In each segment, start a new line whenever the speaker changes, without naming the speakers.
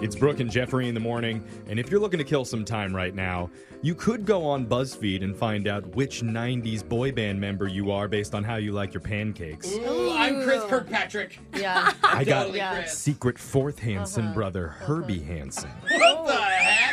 It's Brooke and Jeffrey in the morning, and if you're looking to kill some time right now, you could go on BuzzFeed and find out which 90s boy band member you are based on how you like your pancakes.
Ooh, I'm Chris Kirkpatrick.
Yeah.
I got
Totally
Yeah.
Chris.
secret fourth Hanson
Uh-huh.
brother, Herbie Hanson.
What the heck?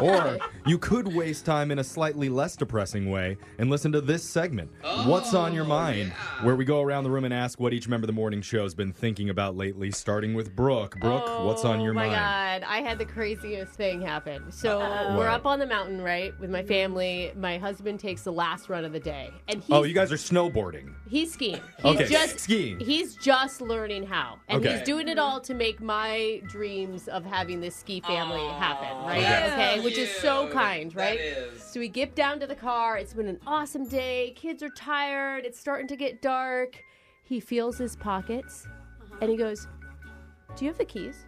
Or you could waste time in a slightly less depressing way and listen to this segment, What's on Your Mind, where we go around the room and ask what each member of the morning show has been thinking about lately, starting with Brooke. Brooke, what's on your
Oh my
mind?
god, I had the craziest thing happen. So
What?
we're up on the mountain, right, with my family. My husband takes the last run of the day, and he's,
Oh, you guys are snowboarding.
he's skiing. He's
Okay,
just
skiing.
He's just learning how, and
Okay.
he's doing it all to make my dreams of having this ski family happen, right?
Okay.
Okay, which is so
Cute.
kind, right?
That is.
So we get down to the car. It's been an awesome day. Kids are tired. It's starting to get dark. He feels his pockets and he goes, Do you have the keys?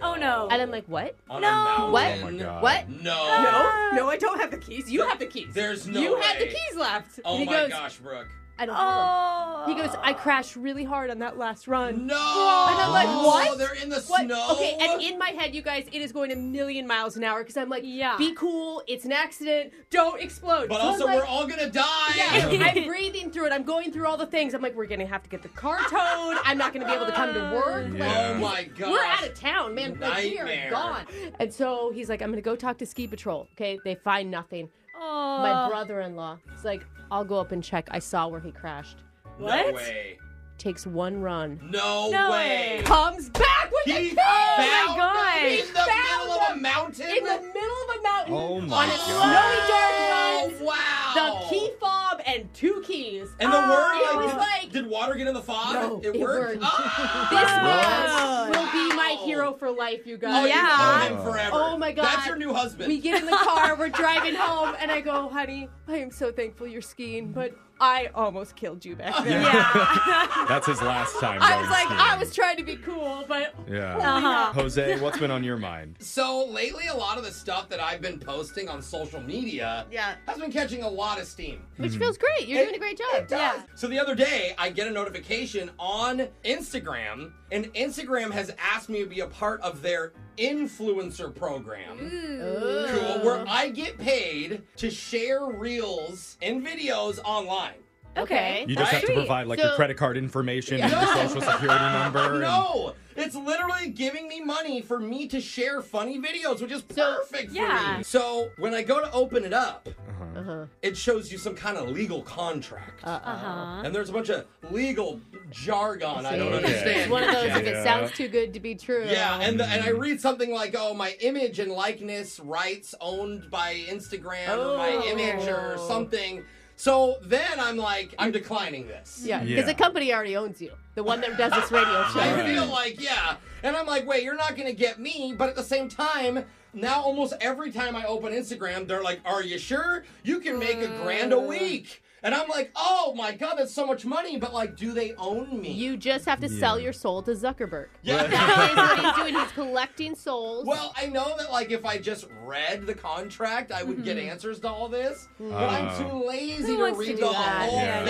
Oh no.
And I'm like, What?
On a
No.
mountain.
What?
Oh my god.
What?
No.
No, no, I don't have the keys. You have the keys.
There's no
You had the
way.
keys left.
Oh
And he
my
goes,
gosh, Brooke.
I don't have
Oh.
them. He goes, I crashed really hard on that last run.
No.
And I'm like, what?
They're in the
What?
snow.
Okay, and in my head, you guys, it is going a million miles an hour because I'm like,
Yeah.
be cool. It's an accident. Don't explode.
but
So I'm
also,
like-
we're all gonna die.
Yeah, I'm breathing through it. I'm going through all the things. I'm like, we're gonna have to get the car towed. I'm not gonna be able to come to work. Like,
Yeah.
Oh my gosh.
we're out of town, man. Like, we are
Nightmare.
gone. And so he's like, I'm gonna go talk to ski patrol. Okay, they find nothing.
Oh.
My brother-in-law is like, I'll go up and check. I saw where he crashed.
What?
No way.
Takes one run,
No,
No
way.
way.
comes back with Oh
He
the
found
my God.
them in the
found
middle of a
them
mountain.
in the middle of a mountain
Oh my
on a
God.
snowy, dark run.
Wow.
The key fob and two keys.
And the
it
word
was
like,
like-
did water get in the fog?
No,
it,
it
worked.
worked.
Ah!
This
Wow.
man will be my hero for life, you
Oh,
guys.
you
Yeah.
love him forever.
Oh my God.
That's your new husband.
We get in the car, we're driving home, and I go, honey, I am so thankful you're skiing, but I almost killed you back there.
Yeah.
That's his last time.
I
going
was like,
skiing.
I was trying to be cool, but
Yeah.
uh-huh.
Jose, what's been on your mind?
so lately, a lot of the stuff that I've been posting on social media
Yeah.
has been catching a lot of steam.
which feels great. You're
It-
doing a great job.
It does. So the other day, I get a notification on Instagram, and Instagram has asked me to be a part of their influencer program.
Mm.
Cool, where I get paid to share reels and videos online.
Okay.
You just have to
Sweet.
provide like
So-
your credit card information and your social security number. and-
No, it's literally giving me money for me to share funny videos, which is perfect for
yeah.
me. So when I go to open it up,
Uh-huh.
it shows you some kind of legal contract.
Uh-uh.
Uh-huh.
And there's a bunch of legal jargon I don't
Okay.
understand.
It's one of those, if
Yeah.
Yeah.
it sounds too good to be true.
Yeah, and the, and I read something like, "Oh, my image and likeness rights owned by Instagram or my
Oh.
image or something." So then I'm like, I'm declining this.
yeah, because
Yeah.
the company already owns you. The one that does this radio show.
I
Right.
feel like, yeah. And I'm like, wait, you're not going to get me. But at the same time, now almost every time I open Instagram, they're like, are you sure? You can make a grand a week. And I'm like, oh my God, that's so much money. But like, do they own me?
You just have to sell your soul to Zuckerberg.
yeah.
That is what he's doing. He's collecting souls.
Well, I know that like if I just read the contract, I would get answers to all this, but I'm
Oh.
too lazy
Who
to
wants to
read
do
the
that?
whole
Yeah.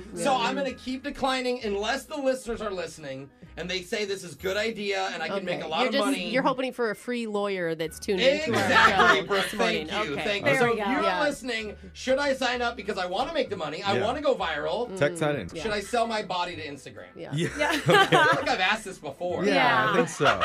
thing.
No.
So
Yeah.
I'm gonna keep declining unless the listeners are listening and they say this is good idea and I can make a
Okay.
lot
you're
of
just,
money.
You're hoping for a free lawyer that's tuned into our
Exactly,
show
Brooke.
this morning.
Thank you.
okay.
Thank you.
There
so
we go.
if you're
Yeah.
listening, should I sign up because I want to make the money? I
Yeah.
want to go viral.
Text that in.
Should I sell my body to Instagram?
Yeah.
Yeah.
I feel like I've asked this before.
Yeah, I
Yeah.
think so.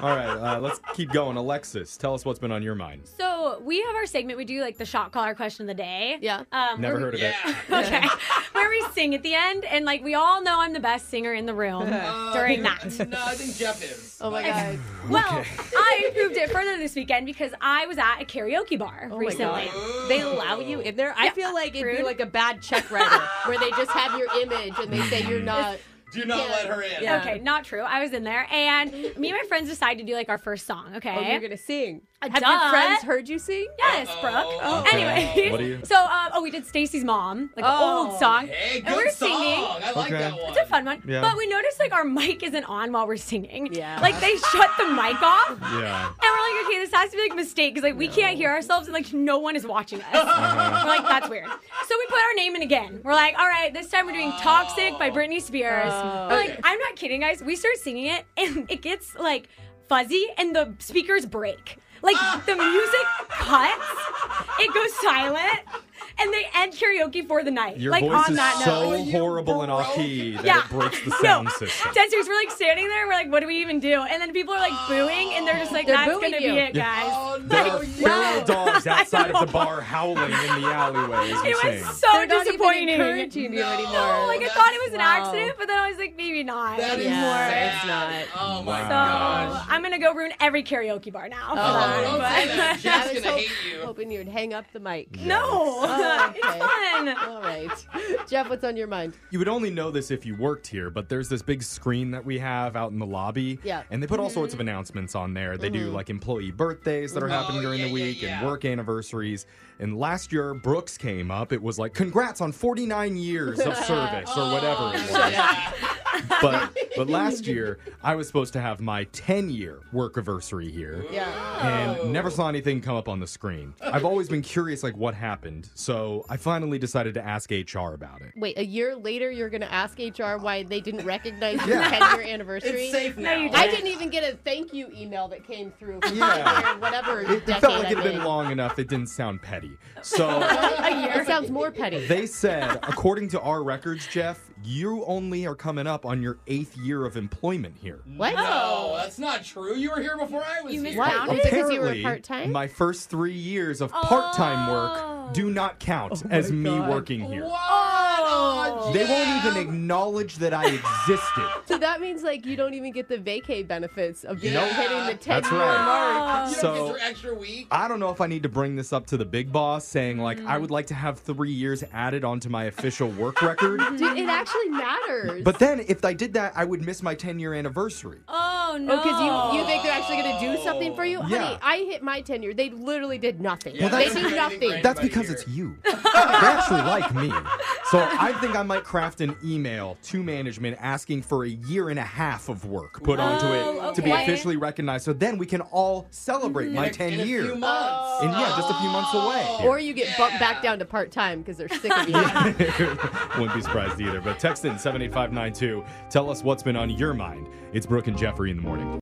All right, uh, let's keep going. Alexis, tell us what's been on your mind.
So we have our segment. We do like the shot caller question of the day.
Yeah.
Um,
Never
where we-
heard of
Yeah.
Okay. where we sing at the end, and like we all know I'm the best singer in the room
Uh,
during
no,
that.
No, I think Jeff is.
Oh my
But-
god.
Well, I proved it further this weekend because I was at a karaoke bar
Oh my
recently.
God. They allow you in there. I
Yeah.
feel like it'd be
Rude.
like a bad check writer where they just have your image and they say you're not.
Do not
Yeah.
let her in.
Yeah.
Okay, not true. I was in there, and me and my friends decided to do like our first song. Okay.
Oh, you're gonna sing.
Uh,
Have
duh.
your friends heard you sing?
Yes,
Uh-oh.
Brooke.
Oh.
Anyway,
What do you-
so um, oh, we did Stacy's mom, like
Oh.
an old song,
Hey,
and we
good
were
song.
singing.
I like
Okay.
that one.
It's a fun one,
Yeah.
but we noticed like our mic isn't on while we're singing.
Yeah.
like they shut the mic off, and
Yeah.
we're like, like, okay, this has to be like mistake because like we can't hear ourselves and like no one is watching us. We're like, that's weird. So we put our name in again. We're like, all right, this time we're doing Toxic by Britney Spears.
Oh.
We're like, I'm not kidding, guys. We start singing it and it gets like fuzzy and the speakers break. Like the music cuts, it goes silent, and they end karaoke for the night.
Your
like
voice
on
is
that note.
so
You
horrible and
broke-
off key that
Yeah.
it breaks the sound system.
Dead serious. We're like standing there. We're like, what do we even do? And then people are like booing, and they're just like,
They're
that's
booing
gonna
you.
be it, guys.
Oh
There
no!
are
you-
feral dogs outside of
know.
the bar howling in the alleyway as we
It
sing.
was so
They're not even
disappointing.
encouraging you
No.
anymore.
Oh, like I
That's-
thought it was an
wow.
accident, but then I was like, maybe not.
That is
Yeah,
sad.
it's not.
Oh my
Wow.
so
gosh.
I'm gonna go ruin every karaoke bar now. for
Oh,
that,
don't
but-
say that.
I
Jeff's
was
gonna
hope-
hate you.
hoping you would hang up the mic.
No,
Oh,
it's
okay.
fun.
All right. Jeff, what's on your mind?
You would only know this if you worked here, but there's this big screen that we have out in the lobby.
Yeah.
And they put all sorts of announcements on there. They do like employee birthdays that are happening
Mm-hmm. Oh,
during
yeah,
the
yeah,
week
yeah.
and work anniversaries. And last year, Brooks came up. It was like, congrats on 49 years of service or whatever it was.
Oh, Yeah.
But, but last year, I was supposed to have my 10 year work anniversary here.
Yeah.
Oh.
and never saw anything come up on the screen. I've always been curious, like, what happened. So I finally decided to ask HR about it.
Wait, a year later, you're going to ask HR why they didn't recognize your
Yeah.
10 year anniversary?
It's safe now.
you
I didn't even get a thank you email that came through from
Yeah.
my year, whatever
It,
decade
it felt like it
I'm
had been
in.
long enough. It didn't sound petty. So
It sounds more petty.
they said, according to our records, Jeff, you only are coming up on your eighth year of employment here.
what?
No, that's not true. You were here before I was
You
here.
miscounted?
Is it 'cause you were part-time?
my first three years of part-time
Oh.
work do not count as me
God.
working here.
What?
Oh.
Oh,
They won't even
Jeff.
acknowledge that I existed.
So that means like you don't even get the vacay benefits of
Nope.
hitting the 10
That's
year
right.
mark.
You
So-
don't get your extra week.
I don't know if I need to bring this up to the big boss saying, like, I
Mm.
would like to have three years added onto my official work record.
Dude, it actually matters.
But then if I did that, I would miss my 10 year anniversary.
Oh no.
Oh, because you, you think they're actually going to do something for you?
Yeah.
Honey, I hit my tenure. They literally did nothing.
Yeah,
they
that's-
did nothing.
That's
Anybody
because
here.
it's you. they actually like me. So I think I might craft an email to management asking for a year and a half of work put onto it
Oh,
to be
okay.
officially recognized. So then we can all celebrate my
In a-
10
in
year.
A few months.
And
Oh.
yeah, just a few months away.
Or you get bumped back down to part time because they're sick of you.
Wouldn't be surprised either. But text in 78592. Tell us what's been on your mind. It's Brooke and Jeffrey in the morning.